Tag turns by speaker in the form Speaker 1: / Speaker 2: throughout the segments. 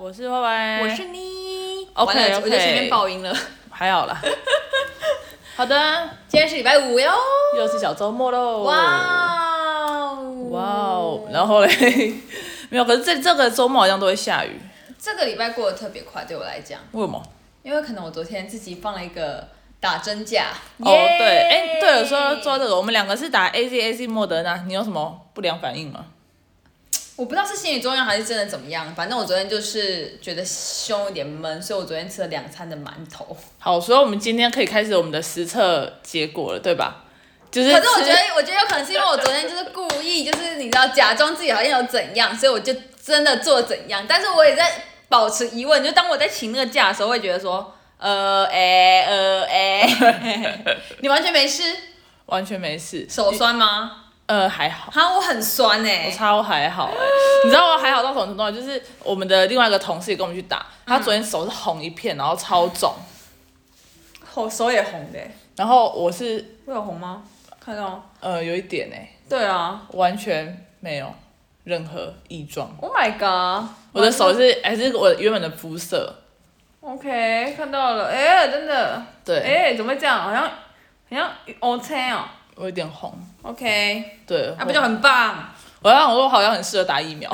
Speaker 1: 我是歪歪，
Speaker 2: 我是你。
Speaker 1: OK，
Speaker 2: 完了
Speaker 1: OK
Speaker 2: 我就随便爆 音了。
Speaker 1: 还好啦。好的，
Speaker 2: 今天是礼拜五哟。
Speaker 1: 又是小周末喽。
Speaker 2: 哇哦！
Speaker 1: 哦哇哦，然后嘞， 没有，可是这这个周末好像都会下雨，
Speaker 2: 这个礼拜过得特别快，对我来讲，
Speaker 1: 为什么？
Speaker 2: 因为可能我昨天自己放了一个打针假。
Speaker 1: 哦，
Speaker 2: 耶
Speaker 1: 对，哎，对了，说到说到这个，我们两个是打 A Z A Z 莫德纳，你有什么不良反应吗？
Speaker 2: 我不知道是心理作用还是真的怎么样，反正我昨天就是觉得胸有点闷，所以我昨天吃了两餐的馒头。
Speaker 1: 好，所以我们今天可以开始我们的实测结果了，对吧？就是吃，
Speaker 2: 可是我觉 得，我觉得有可能是因为我昨天就是故意，就是你知道，假装自己好像有怎样，所以我就真的做怎样。但是我也在保持疑问，就当我在请那个假的时候，会觉得说，呃，哎、呃，哎、你完全没事，
Speaker 1: 完全没事，
Speaker 2: 手酸吗？
Speaker 1: 呃还好。
Speaker 2: 哈，我很酸哎、
Speaker 1: 我超还好哎、你知道我还好到什么程度吗？啊就是我们的另外一个同事也跟我们去打，他昨天手是红一片，然后超肿，
Speaker 2: 我手也红的、
Speaker 1: 然后我是
Speaker 2: 我有红吗？看到吗？
Speaker 1: 呃有一点哎、
Speaker 2: 对啊
Speaker 1: 完全没有任何异状，
Speaker 2: ，Oh my god，
Speaker 1: 我的手是还是我原本的肤色，
Speaker 3: OK，看到了，哎、真的，
Speaker 1: 对，
Speaker 3: 哎、怎么会这样？好像，好像 OK 哦
Speaker 1: 我有点红，
Speaker 3: ，OK，
Speaker 1: 对，
Speaker 2: 啊
Speaker 3: 那、不就很棒？
Speaker 1: 我让我说我好像很适合打疫苗，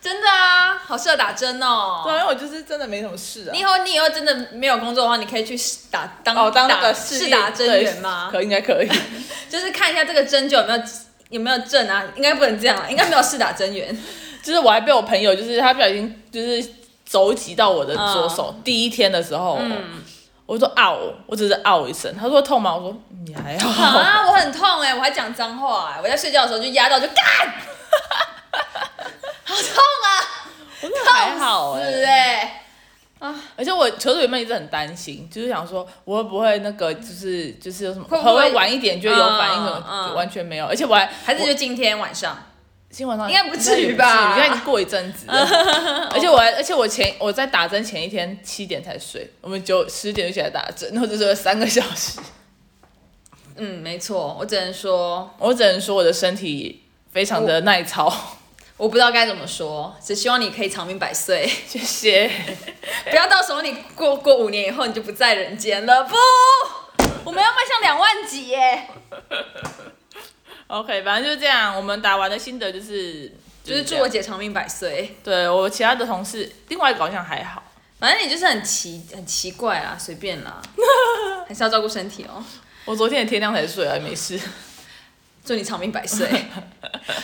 Speaker 2: 真的啊，好适合打针哦。
Speaker 1: 对啊，因为我就是真的没什么事啊
Speaker 2: 你以。后你以后真的没有工作的话，你可以去试打当
Speaker 1: 哦，当那
Speaker 2: 打
Speaker 1: 个
Speaker 2: 试
Speaker 1: 试
Speaker 2: 打
Speaker 1: 验
Speaker 2: 针
Speaker 1: 对
Speaker 2: 员吗？
Speaker 1: 可应该可以，
Speaker 2: 就是看一下这个针灸有没有有没有证啊？应该不能这样啊，应该没有试打针 员。
Speaker 1: 就是我还被我朋友，就是他不小心就是肘击到我的左手，
Speaker 2: 嗯
Speaker 1: 第一天的时候，我说嗷，我只是嗷一声，他说痛吗？我说你还好，
Speaker 2: 啊，我很痛哎、我还讲脏话哎、我在睡觉的时候就压到就干，好痛啊，
Speaker 1: 我说还好哎、
Speaker 2: 是哎、
Speaker 1: 而且我球队原本一直很担心，就是想说我会不会那个就是就是有什么，
Speaker 2: 会不
Speaker 1: 会
Speaker 2: 会
Speaker 1: 晚一点就有反应什
Speaker 2: 嗯
Speaker 1: 么，
Speaker 2: 嗯
Speaker 1: 完全没有，而且我还
Speaker 2: 还是就今天晚上，
Speaker 1: 新闻上
Speaker 2: 应该不至于吧嗯
Speaker 1: 应该已经过一阵子 了，而且我还而且我前我在打针前一天七点才睡，我们九十点就起来打针，然后就睡了三个小时。
Speaker 2: 嗯，没错，我只能说
Speaker 1: 我只能说我的身体非常的耐操，
Speaker 2: 我不知道该怎么说，只希望你可以长命百 岁，
Speaker 1: 谢谢。
Speaker 2: 不要到时候你过过五年以后你就不在人间了，不，我们要迈向两万级耶、
Speaker 1: OK，反正就是这样。我们打完的心得就是
Speaker 2: 就是祝
Speaker 1: 这
Speaker 2: 我
Speaker 1: 样
Speaker 2: 姐长命百岁。
Speaker 1: 对我其他的同事，另外一个好像还好。
Speaker 2: 反正你就是很奇很奇怪啦，随便 啦，还是要照顾身体哦。
Speaker 1: 我昨天也天亮才睡啊，没事。
Speaker 2: 祝你长命百 岁。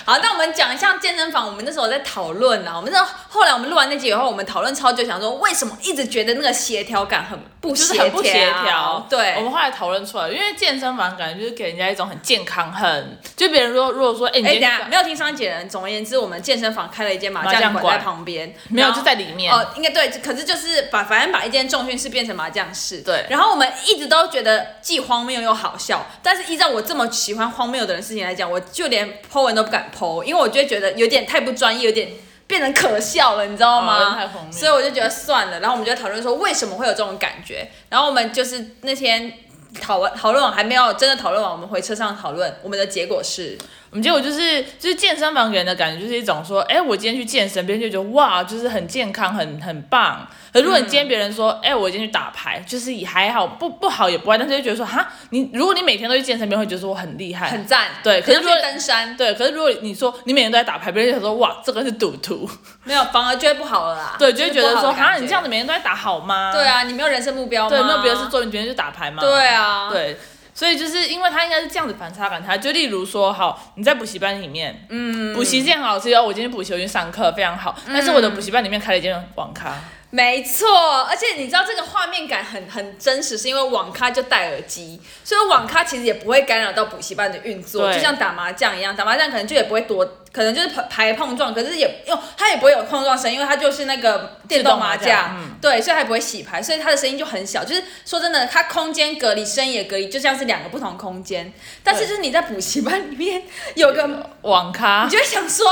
Speaker 2: 好，那我们讲一下健身房。我们那时候在讨论啊啦，我们那后来我们录完那集以后，我们讨论超久，想说为什么一直觉得那个协调感很不
Speaker 1: 就
Speaker 2: 协
Speaker 1: 是
Speaker 2: 调，
Speaker 1: 很不协调，
Speaker 2: 对，
Speaker 1: 我们后来讨论出来，因为健身房感觉就是给人家一种很健康，很就别人如果如果说，哎、你
Speaker 2: 哎、等一
Speaker 1: 今
Speaker 2: 下
Speaker 1: 天
Speaker 2: 没有听上一集的人。总而言之，我们健身房开了一间麻
Speaker 1: 麻
Speaker 2: 将
Speaker 1: 将
Speaker 2: 馆在
Speaker 1: 馆
Speaker 2: 旁边，
Speaker 1: 没有
Speaker 2: 然后
Speaker 1: 就在里面，
Speaker 2: 哦，应该对，可是就是把反正把一间重训室变成麻将室。
Speaker 1: 对
Speaker 2: 然后我们一直都觉得既荒谬又好笑，但是依照我这么喜欢荒谬的人事情来讲，我就连 po 文都不敢 po，因为我就会觉得有点太不专业，有点变成可笑了，你知道
Speaker 1: 哦
Speaker 2: 吗？
Speaker 1: 太荒谬
Speaker 2: 所以我就觉得算了，然后我们就在讨论说为什么会有这种感觉，然后我们就是那天。讨论讨论完还没有真的讨论完，我们回车上讨论，我们的结果是
Speaker 1: 我们结果就是就是健身房给人的感觉就是一种说，哎、我今天去健身，别人就觉得哇，就是很健康，很很棒。可如果你今天别人说，
Speaker 2: 嗯
Speaker 1: 哎、我今天去打牌，就是也还好，不不好也不坏，但是就觉得说，哈，你如果你每天都去健身，别人会觉得说我很厉害，
Speaker 2: 很赞，
Speaker 1: 对可是
Speaker 2: 很
Speaker 1: 如
Speaker 2: 像
Speaker 1: 果
Speaker 2: 去登山
Speaker 1: 对。可是如果你说你每天都在打牌，别人就想说，哇，这个是赌徒，
Speaker 2: 没有，反而就会不好了啦。
Speaker 1: 对，就会觉
Speaker 2: 是
Speaker 1: 得
Speaker 2: 不好
Speaker 1: 说，
Speaker 2: 的感
Speaker 1: 哈，你这样子每天都在打好吗？
Speaker 2: 对，啊，你没有人生目标吗？
Speaker 1: 嗯对，没有别的事做，你每天就打牌吗？
Speaker 2: 对啊，，
Speaker 1: 对，所以就是因为他应该是这样子反差感，他就例如说，好，你在补习班里面，嗯，补习这样好吃哦，我今天补习，我去上课非常好，
Speaker 2: 嗯
Speaker 1: 但是我的补习班里面开了一间网咖，
Speaker 2: 没错。而且你知道这个画面感很很真实，是因为网咖就戴耳机，所以网咖其实也不会干扰到补习班的运作，
Speaker 1: 对
Speaker 2: 就像打麻将一样，打麻将可能就也不会多，可能就是牌碰撞，可是也用它也不会有碰撞声，因为它就是那个电动麻
Speaker 1: 自动麻
Speaker 2: 将
Speaker 1: 将，嗯
Speaker 2: 对，所以它也不会洗牌，所以它的声音就很小。就是说真的，它空间隔离，声音也隔离，就像是两个不同空间。但是就是你在补习班里面有 个，你
Speaker 1: 网咖
Speaker 2: 就会想说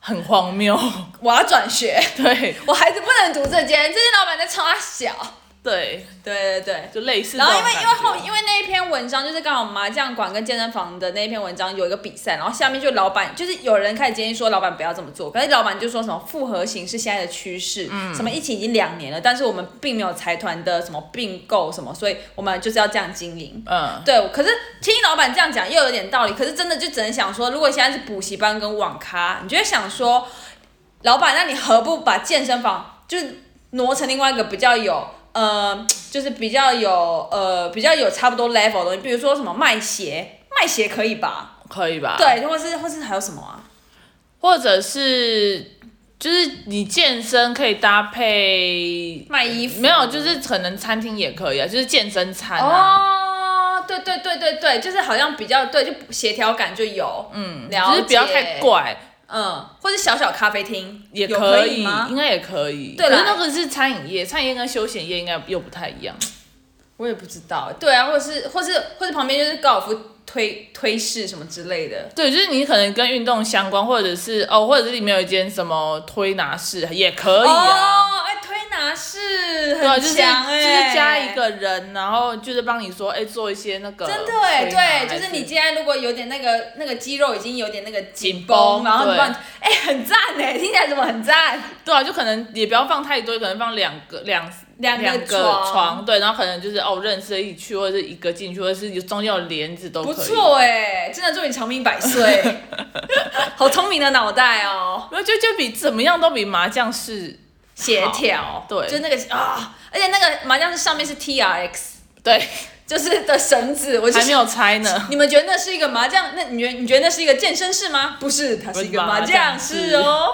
Speaker 1: 很荒谬，
Speaker 2: 我要转学。
Speaker 1: 对，
Speaker 2: 我孩子不能读这间，这间老板在冲他小。
Speaker 1: 对，
Speaker 2: 对对对。
Speaker 1: 就类似这
Speaker 2: 然
Speaker 1: 种
Speaker 2: 后
Speaker 1: 感
Speaker 2: 因
Speaker 1: 觉。
Speaker 2: 为因为后因为那一篇文章就是刚好麻将馆跟健身房的那一篇文章有一个比赛，然后下面就老板就是有人开始建议说老板不要这么做，可是老板就说什么复合型是现在的趋势，
Speaker 1: 嗯
Speaker 2: 什么疫情已经两年了，但是我们并没有财团的什么并购什么，所以我们就是要这样经营。
Speaker 1: 嗯，
Speaker 2: 对，可是听老板这样讲又有点道理，可是真的就只能想说，如果现在是补习班跟网咖，你就会想说，老板，那你何不把健身房就是挪成另外一个比较有呃，就是比较有呃比较有差不多 level 的东西，比如说什么卖鞋，卖鞋可以吧？
Speaker 1: 可以吧？，
Speaker 2: 对，或是或是还有什么啊？
Speaker 1: 或者是就是你健身可以搭配，
Speaker 2: 卖衣服
Speaker 1: 没有，就是可能餐厅也可以啊，就是健身餐啊，
Speaker 2: 哦，对对对对对，就是好像比较对，就协调感就有，嗯，了
Speaker 1: 就是不要
Speaker 2: 解
Speaker 1: 太，怪。
Speaker 2: 嗯，或是小小咖啡厅
Speaker 1: 也
Speaker 2: 有
Speaker 1: 可
Speaker 2: 以吗
Speaker 1: 应？该也可以。
Speaker 2: 对
Speaker 1: 可
Speaker 2: 啦
Speaker 1: 是那个是餐饮业，餐饮业跟休闲业应该又不太一样。
Speaker 2: 我也不知道，对啊，或是或是或是旁边就是高尔夫推推式什么之类的，
Speaker 1: 对，就是你可能跟运动相关，或者是哦，或者是里面有一间什么推拿室也可以啊。
Speaker 2: 哦，哎、推拿式
Speaker 1: 对啊，
Speaker 2: 很
Speaker 1: 就是、
Speaker 2: 强哎、
Speaker 1: 就是加一。个人，然后就是帮你说，哎、做一些那个
Speaker 2: 真的哎、
Speaker 1: 推拿还
Speaker 2: 对，就是你今天如果有点那个那个肌肉已经有点那个紧
Speaker 1: 紧绷
Speaker 2: 然后你
Speaker 1: 对
Speaker 2: 帮你哎、很赞哎、听起来怎么很赞？
Speaker 1: 对啊，就可能也不要放太多，可能放两个两
Speaker 2: 两个
Speaker 1: 两
Speaker 2: 床
Speaker 1: 床，对，然后可能就是哦认识的一起去，或者是一个进去，或者是中间有帘子都可
Speaker 2: 不
Speaker 1: 以。
Speaker 2: 错哎、真的祝你长命百 岁，好聪明的脑袋哦，
Speaker 1: 没有，就就比怎么样都比麻将室
Speaker 2: 协调，
Speaker 1: 对
Speaker 2: 就那个啊，而且那个麻将是上面是 T R X，
Speaker 1: 对
Speaker 2: 就是的绳子，我就
Speaker 1: 还
Speaker 2: 是
Speaker 1: 没有拆呢。
Speaker 2: 你们觉得那是一个麻将？那你觉得你觉得那是一个健身室吗？不是，它是一个麻将室哦。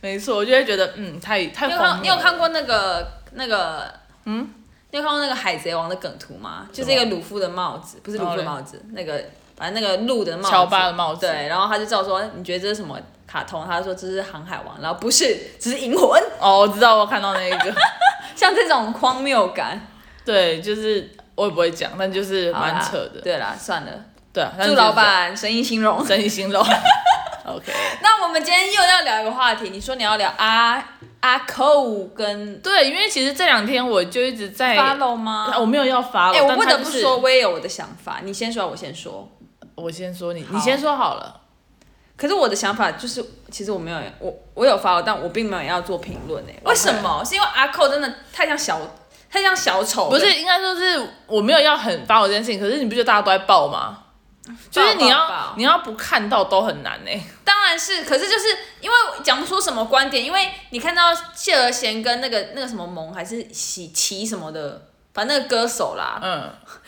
Speaker 1: 没错，我就会觉得嗯，太太
Speaker 2: 你有
Speaker 1: 荒
Speaker 2: 看
Speaker 1: 谬
Speaker 2: 你有看过那个那个嗯？你有看过那个海贼王的梗图吗？就是一个鲁夫的帽子，不是鲁夫的帽子，那个反正那个鹿的帽子，
Speaker 1: 哦乔巴的帽子
Speaker 2: 对，然后他就照说，你觉得这是什么卡通？他就说这是航海王，然后不是，只是银魂。
Speaker 1: 哦，我知道，我看到那一个，
Speaker 2: 像这种荒谬感，
Speaker 1: 对，就是我也不会讲，但就是
Speaker 2: 好啦
Speaker 1: 蛮扯的，
Speaker 2: 对啦，算了，
Speaker 1: 对啊。但
Speaker 2: 祝
Speaker 1: 是
Speaker 2: 老板生意兴隆
Speaker 1: 就是。这样生意兴隆。OK，
Speaker 2: 那我们今天又要聊一个话题，你说你要聊阿阿扣跟
Speaker 1: 对，因为其实这两天我就一直在，啊
Speaker 2: follow 吗？
Speaker 1: 哎我没有要发了，
Speaker 2: 哎、我
Speaker 1: 但
Speaker 2: 不
Speaker 1: 它
Speaker 2: 得
Speaker 1: 就
Speaker 2: 不
Speaker 1: 是
Speaker 2: 说，，我也有我的想法。你先说，我先说。
Speaker 1: 我先说你，
Speaker 2: 好
Speaker 1: 你先说好了。
Speaker 2: 可是我的想法就是，其实我没有，我我有发，但我并没有要做评论
Speaker 1: 哦
Speaker 2: 哎。为什么？是因为阿寇真的太像小，太像小丑了。
Speaker 1: 不是，应该说是我没有要很发我这件事情，可是你不觉得大家都在爆吗？就是你
Speaker 2: 爆爆
Speaker 1: 要
Speaker 2: 爆
Speaker 1: 你要不看到都很难呢、欸
Speaker 2: 当然是，可是就是因为讲不出什么观点，因为你看到谢和弦跟那个那个什么萌还是喜奇什么的，反正那个歌手啦，
Speaker 1: 嗯，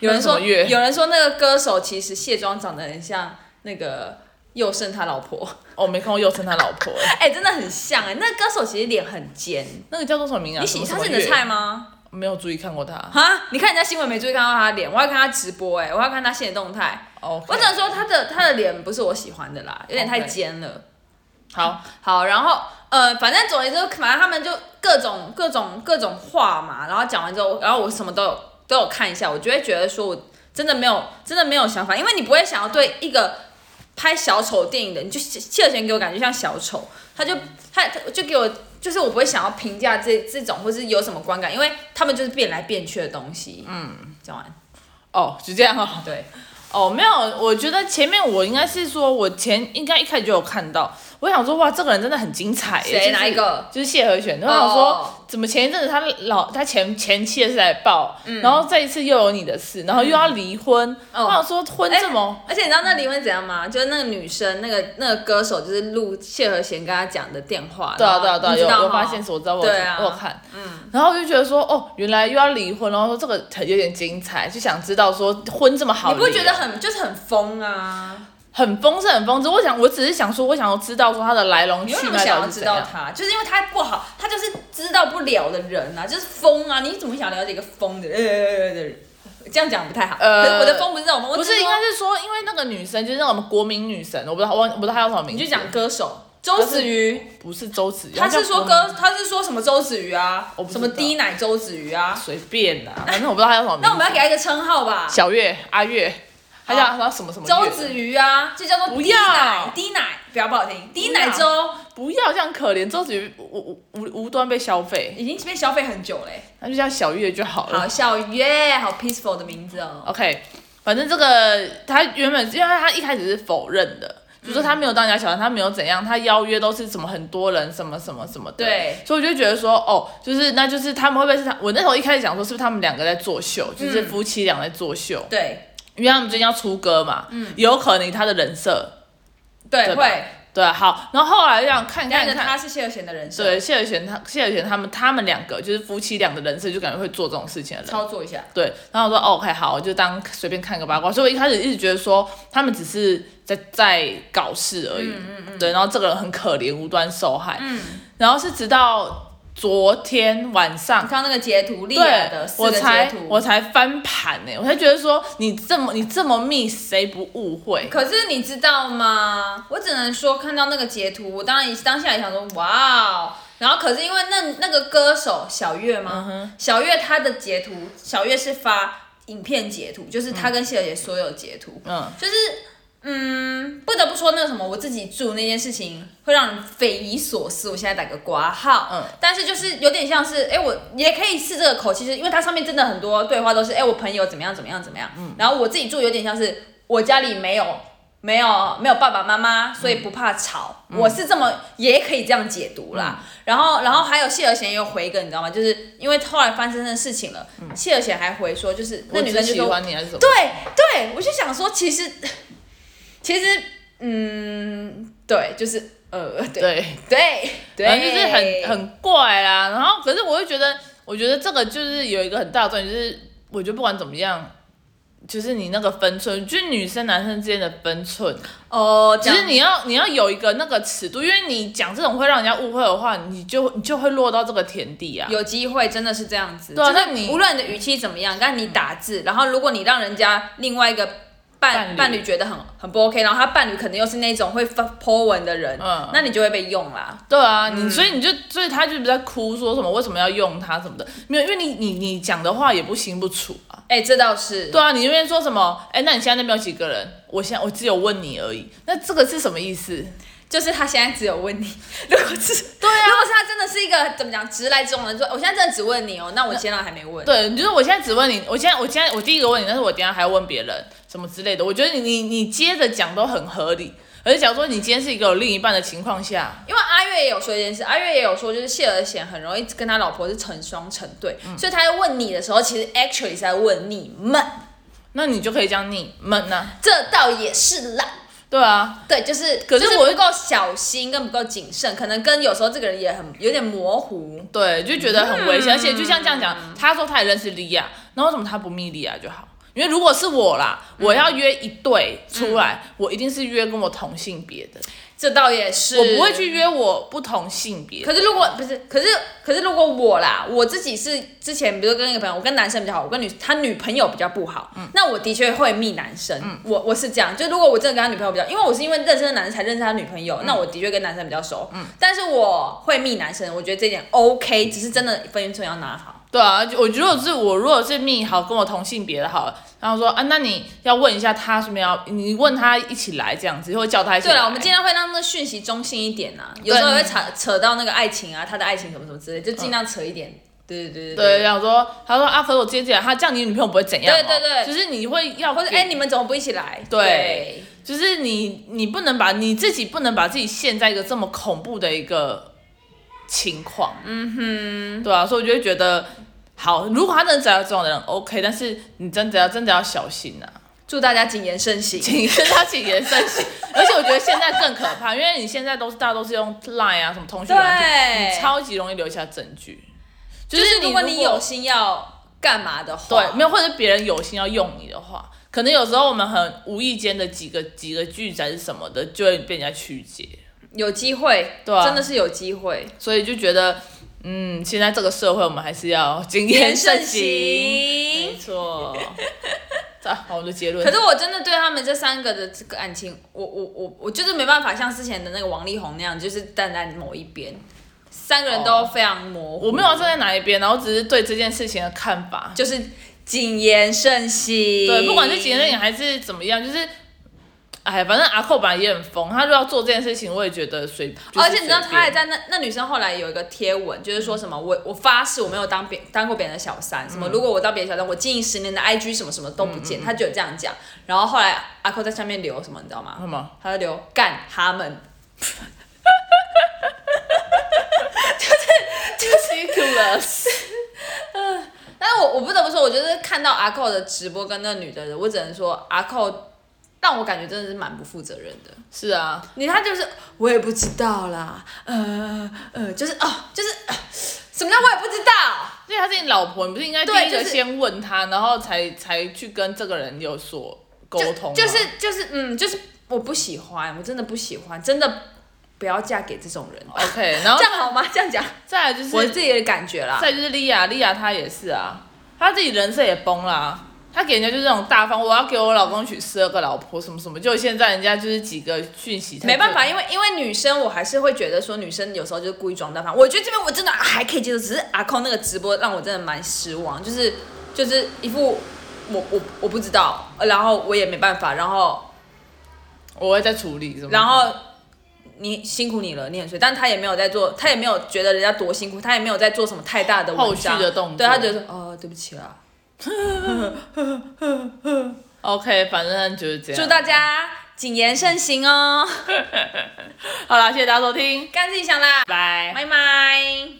Speaker 2: 有人说
Speaker 1: 那什么乐
Speaker 2: 有人说那个歌手其实卸妆长得很像那个佑胜他老婆，
Speaker 1: 哦我、没看过佑生他老婆、欸
Speaker 2: 哎、真的很像哎、那个歌手其实脸很尖。
Speaker 1: 那个叫做什么名啊？
Speaker 2: 你
Speaker 1: 什
Speaker 2: 喜
Speaker 1: 么
Speaker 2: 他是
Speaker 1: 什
Speaker 2: 你
Speaker 1: 么
Speaker 2: 的
Speaker 1: 月
Speaker 2: 菜？吗？
Speaker 1: 没有注意看过他。
Speaker 2: 哈，你看人家新闻没注意看到他的脸，我要看他直播哎、我要看他现实动态。
Speaker 1: 哦，
Speaker 2: 我只能说他的他的脸不是我喜欢的啦，有点太
Speaker 1: OK
Speaker 2: 尖了。
Speaker 1: 好，
Speaker 2: 好，然后呃，反正总而言之，反正他们就各种各种各种话嘛，然后讲完之后，然后我什么都有都有看一下，我就会觉得说我真的没有真的没有想法，因为你不会想要对一个拍小丑电影的，你就谢尔贤给我感觉像小丑，他就他他就给我。就是我不会想要评价这这种，或是有什么观感，因为他们就是变来变去的东西。嗯，讲完。
Speaker 1: 哦，就这样哦。
Speaker 2: 对，
Speaker 1: 哦，没有，我觉得前面我应该是说，我前应该一开始就有看到，我想说哇，这个人真的很精彩
Speaker 2: 谁
Speaker 1: 耶。就是
Speaker 2: 哪一个？
Speaker 1: 就是谢和弦，然后我说、
Speaker 2: 哦
Speaker 1: 怎么前一阵子他老他前前妻的事来报，然后这一次又有你的事，然后又要离婚，
Speaker 2: 嗯哦哎
Speaker 1: 我想说婚这么、
Speaker 2: 而且你知道那离婚怎样吗？就是那个女生，那个那个歌手，就是录谢和弦跟他讲的电话。
Speaker 1: 对啊，对
Speaker 2: 然
Speaker 1: 啊，
Speaker 2: 后
Speaker 1: 对啊，
Speaker 2: 哦你知
Speaker 1: 有
Speaker 2: 道吗
Speaker 1: 有发现，我知道我有
Speaker 2: 对啊
Speaker 1: 我有看，然后我就觉得说，哦，原来又要离婚，然后说这个很有点精彩，就想知道说婚这么好
Speaker 2: 你
Speaker 1: 离哦，
Speaker 2: 不觉得很就是很疯啊？
Speaker 1: 很疯是很疯？只我想，我只是想说，我想要知道说它的来龙
Speaker 2: 你
Speaker 1: 去
Speaker 2: 为什么
Speaker 1: 脉
Speaker 2: 想
Speaker 1: 到
Speaker 2: 要
Speaker 1: 底是
Speaker 2: 知
Speaker 1: 怎
Speaker 2: 道
Speaker 1: 样。
Speaker 2: 他？就是因为他不好，他就是知道不了的人啊，就是疯啊！你怎么想了解一个疯的人？呃的人这样讲不太好。
Speaker 1: 呃
Speaker 2: 可是我的疯不是这种疯，我
Speaker 1: 不
Speaker 2: 只
Speaker 1: 是，应
Speaker 2: 说
Speaker 1: 该是说，因为那个女生就是那种国民女神，我不知道，我忘我不知道她叫什么名
Speaker 2: 你
Speaker 1: 字。
Speaker 2: 就讲歌手周子瑜，
Speaker 1: 不是周子瑜，
Speaker 2: 他是
Speaker 1: 叫
Speaker 2: 说
Speaker 1: 国民
Speaker 2: 歌，他是说什么周子瑜啊
Speaker 1: 我？不知
Speaker 2: 什
Speaker 1: 道
Speaker 2: 么低奶周子瑜啊？
Speaker 1: 随便啦，反正我不知道她叫什么名字。
Speaker 2: 那我们要给他一个称号吧。
Speaker 1: 小月、阿月，她叫
Speaker 2: 好
Speaker 1: 她什么什么月
Speaker 2: 周子瑜啊，就叫做
Speaker 1: 不
Speaker 2: 低奶
Speaker 1: 要
Speaker 2: 低奶，比较不好听，低奶
Speaker 1: 要
Speaker 2: 周
Speaker 1: 不要这样可怜，周子瑜无无无无端被消费，
Speaker 2: 已经被消费很久嘞。
Speaker 1: 那就叫小月就好了。
Speaker 2: 好，小月，好 peaceful 的名字哦。
Speaker 1: OK，反正这个他原本因为他一开始是否认的，就说他没有当人家小三，他没有怎样，他邀约都是什么很多人，什么什么什么的。
Speaker 2: 对
Speaker 1: 所以我就觉得说，哦，就是那就是他们会不会是他？我那时候一开始想说，是不是他们两个在作秀，
Speaker 2: 嗯
Speaker 1: 就是夫妻俩在作秀，
Speaker 2: 对
Speaker 1: 因为他们最近要出歌嘛，嗯，有可能他的人设，
Speaker 2: 对
Speaker 1: 对吧
Speaker 2: 会，
Speaker 1: 对啊，好，然后后来就想看看
Speaker 2: 但
Speaker 1: 看
Speaker 2: 是。他是谢尔贤的人设，
Speaker 1: 对，谢尔贤他谢尔贤他们他们两个就是夫妻俩的人设，就感觉会做这种事情的人。
Speaker 2: 操作一下。
Speaker 1: 对，然后我说哦 OK 好，我就当随便看个八卦。所以我一开始一直觉得说他们只是在在搞事而已，
Speaker 2: 嗯
Speaker 1: 对，然后这个人很可怜，无端受害。然后是直到昨天晚上
Speaker 2: 你。看到那个截图，莉亚
Speaker 1: 对
Speaker 2: 的，四
Speaker 1: 我
Speaker 2: 个截
Speaker 1: 才
Speaker 2: 图，
Speaker 1: 我才翻盘呢、我才觉得说你这么你这么密，谁不误会？
Speaker 2: 可是你知道吗？我只能说看到那个截图，我当然也当下也想说哇哦。然后可是因为那那个歌手小月
Speaker 1: 嗯
Speaker 2: 吗？小月她的截图，小月是发影片截图，就是她跟谢尔杰所有截图，
Speaker 1: 嗯，
Speaker 2: 就是嗯，不得不说那个什么，我自己住那件事情会让人匪夷所思。我现在打个挂号，
Speaker 1: 嗯
Speaker 2: 但是就是有点像是，哎、我也可以是这个口气，是因为它上面真的很多对话都是，哎、我朋友怎么样怎么样怎么样，
Speaker 1: 嗯
Speaker 2: 然后我自己住有点像是我家里没有。没有没有爸爸妈妈，所以
Speaker 1: 嗯
Speaker 2: 不怕吵。我是这么也可以这样解读啦。
Speaker 1: 嗯
Speaker 2: 然后然后还有谢尔贤也有回一个，你知道吗？就是因为后来发生的事情了，谢尔贤还回说，就是那
Speaker 1: 嗯我
Speaker 2: 女
Speaker 1: 只
Speaker 2: 生就
Speaker 1: 喜
Speaker 2: 说
Speaker 1: 欢你还是什么？
Speaker 2: 对对，我就想说，其实其实嗯，对，就是呃，对
Speaker 1: 对，
Speaker 2: 对对，
Speaker 1: 反正就是很很怪啦。然后，可是我又觉得，我觉得这个就是有一个很大的重点，就是我觉得不管怎么样，就是你那个分寸，就是女生男生之间的分寸，
Speaker 2: 哦，
Speaker 1: 只
Speaker 2: 只
Speaker 1: 是
Speaker 2: 是你
Speaker 1: 你要你要有一个那个尺度，因为你讲这种会让人家误会的话，你就你就会落到这个田地啊。
Speaker 2: 有机会真的是这样子，
Speaker 1: 对啊
Speaker 2: 就是
Speaker 1: 那你嗯
Speaker 2: 无论你的语气怎么样，但你打字，然后如果你让人家另外一个伴
Speaker 1: 伴侣
Speaker 2: 伴侣觉得很很不 OK，然后他伴侣可能又是那种会发 po 文的人，
Speaker 1: 嗯
Speaker 2: 那你就会被用啦。
Speaker 1: 对啊，你、所以你就所以他就在哭说什么为什么要用它什么的，没有，因为你你你讲的话也不清不楚啊。
Speaker 2: 哎、这倒是，
Speaker 1: 对啊，你那边说什么？哎、那你现在那边有几个人？我现在我只有问你而已，那这个是什么意思？
Speaker 2: 就是他现在只有问你， 如果是对啊，如果是他真的是一个怎么讲直来直往的人，说我现在真的只问你哦，那我现在还没问。
Speaker 1: 对，就是我现在只问你，我现在我现在我第一个问你，但是我等一下还要问别人什么之类的。我觉得你你你接着讲都很合理，而且假如说你今天是一个有另一半的情况下，
Speaker 2: 因为阿月也有说一件事，阿月也有说，就是谢尔贤很容易跟他老婆是成双成对，
Speaker 1: 嗯
Speaker 2: 所以他在问你的时候，其实 actually 是在问你们，
Speaker 1: 那你就可以讲你们呐、
Speaker 2: 这倒也是啦。
Speaker 1: 啊对啊，
Speaker 2: 对，就是，
Speaker 1: 可是
Speaker 2: 就
Speaker 1: 我
Speaker 2: 不够小心，跟不够谨慎，可能跟有时候这个人也很有点模糊。
Speaker 1: 对，就觉得很危险，而且就像这样讲，他说他也认识莉亚，那为什么他不密莉亚就好？因为如果是我啦，我要约一对出来，我一定是约跟我同性别的，
Speaker 2: 这倒也是，
Speaker 1: 我不会去约我不同性别的。
Speaker 2: 可是如果不是，可是可是如果我啦，我自己是之前比如说跟一个朋友，我跟男生比较好，我跟女他女朋友比较不好，那我的确会密男生，我我是这样，就如果我真的跟他女朋友比较，因为我是因为认识的男生才认识他女朋友，那我的确跟男生比较熟，但是我会密男生，我觉得这点 OK，只是真的分寸要拿好，
Speaker 1: 对啊，我如果是我如果是命好跟我同性别的好了，然后说啊，那你要问一下他是不是要，你问他一起来这样子，或者叫他一起
Speaker 2: 对啊嗯
Speaker 1: 来。
Speaker 2: 了，我们尽量会让那个讯息中性一点呐、有时候会扯扯到那个爱情啊，他的爱情什么什么之类，就尽量扯一点，对嗯对对
Speaker 1: 对，然后说他说啊，可是我今天这样，他这样你女朋友不会怎样、哦？
Speaker 2: 对对对
Speaker 1: 就是你会要
Speaker 2: 或者
Speaker 1: 给
Speaker 2: 哎、你们怎么不一起来？
Speaker 1: 对就是你你不能把你自己不能把自己陷在一个这么恐怖的一个情况。嗯哼，对啊，所以我就会觉得。好，如果他真的找到这种人，OK，但是你真的要真的要小心啊呐、
Speaker 2: 祝大家谨言慎行。
Speaker 1: 请跟他请言慎行。而且我觉得现在更可怕，因为你现在都是大家都是用 Line 啊什么通讯软件，
Speaker 2: 对，
Speaker 1: 你超级容易留下证据。就
Speaker 2: 就是
Speaker 1: 你
Speaker 2: 如果你有心要干嘛的话，
Speaker 1: 对没有，或者是别人有心要用你的话，可能有时候我们很无意间的几个几个句子还是什么的，就会被人家曲解，
Speaker 2: 有机会，
Speaker 1: 对啊
Speaker 2: 真的是有机会，
Speaker 1: 所以就觉得。嗯，现在这个社会，我们还是要谨言慎行。
Speaker 2: 行。
Speaker 1: 没错，啊，好，我们的结论。
Speaker 2: 可是我真的对他们这三个的这个感情，我我我我就是没办法像之前的那个王力宏那样，就是站在某一边，三个人
Speaker 1: 哦
Speaker 2: 都非常模糊，
Speaker 1: 我没有站在哪一边，然后只是对这件事情的看法，
Speaker 2: 就是谨言慎行。
Speaker 1: 对，不管是结论还是怎么样，就是哎，反正阿寇本来也很疯，他就要做这件事情，我也觉得随。就是
Speaker 2: 而且你知道，
Speaker 1: 随
Speaker 2: 他还
Speaker 1: 便
Speaker 2: 在那那女生后来有一个贴文，就是说什么我我发誓我没有当别当过别人的小三，什么
Speaker 1: 嗯
Speaker 2: 如果我当别人小三，我经营十年的 IG 什么什么都不见，他就有这样讲。然后后来阿扣在下面留什么，你知道吗？
Speaker 1: 什么？
Speaker 2: 他就留干他们，
Speaker 1: ridiculous。
Speaker 2: 但是我我不得不说，我就是看到阿扣的直播跟那女的人，我只能说阿扣让我感觉真的是蛮不负责任的。
Speaker 1: 是啊，
Speaker 2: 你他就是我也不知道啦，呃呃，就是哦，就是、呃什么叫我也不知道？
Speaker 1: 因为他是你老婆，你不是应该第
Speaker 2: 对
Speaker 1: 一个
Speaker 2: 就是
Speaker 1: 先问他，然后才才去跟这个人有所沟
Speaker 2: 就
Speaker 1: 通吗
Speaker 2: 就是就是嗯，就是我不喜欢，我真的不喜欢，真的不要嫁给这种人。
Speaker 1: OK，然后
Speaker 2: 哦这样好 吗？这样讲，
Speaker 1: 再来就是
Speaker 2: 我自己的感觉啦。
Speaker 1: 再就是莉亚，莉亚她也是啊，她自己人设也崩啦、她给人家就是那种大方，我要给我老公娶十二个老婆什么什么，就现在人家就是几个讯息，
Speaker 2: 没办法，，因为因为女生，我还是会觉得说女生有时候就是故意装大方。我觉得这边我真的还可以接受，只是阿空那个直播让我真的蛮失望，就是就是一副我我我不知道，然后我也没办法，然后
Speaker 1: 我会再处理什么。
Speaker 2: 然后你辛苦你了，你很衰，但他也没有在做，他也没有觉得人家多辛苦，他也没有在做什么太大的文
Speaker 1: 后续
Speaker 2: 章
Speaker 1: 的动作
Speaker 2: 对他觉得说哦对不起啦，
Speaker 1: OK，反正就是这样。
Speaker 2: 祝大家谨言慎行哦，
Speaker 1: 好啦，谢谢大家收听，
Speaker 2: 干自己想啦，
Speaker 1: 拜。
Speaker 2: 拜拜。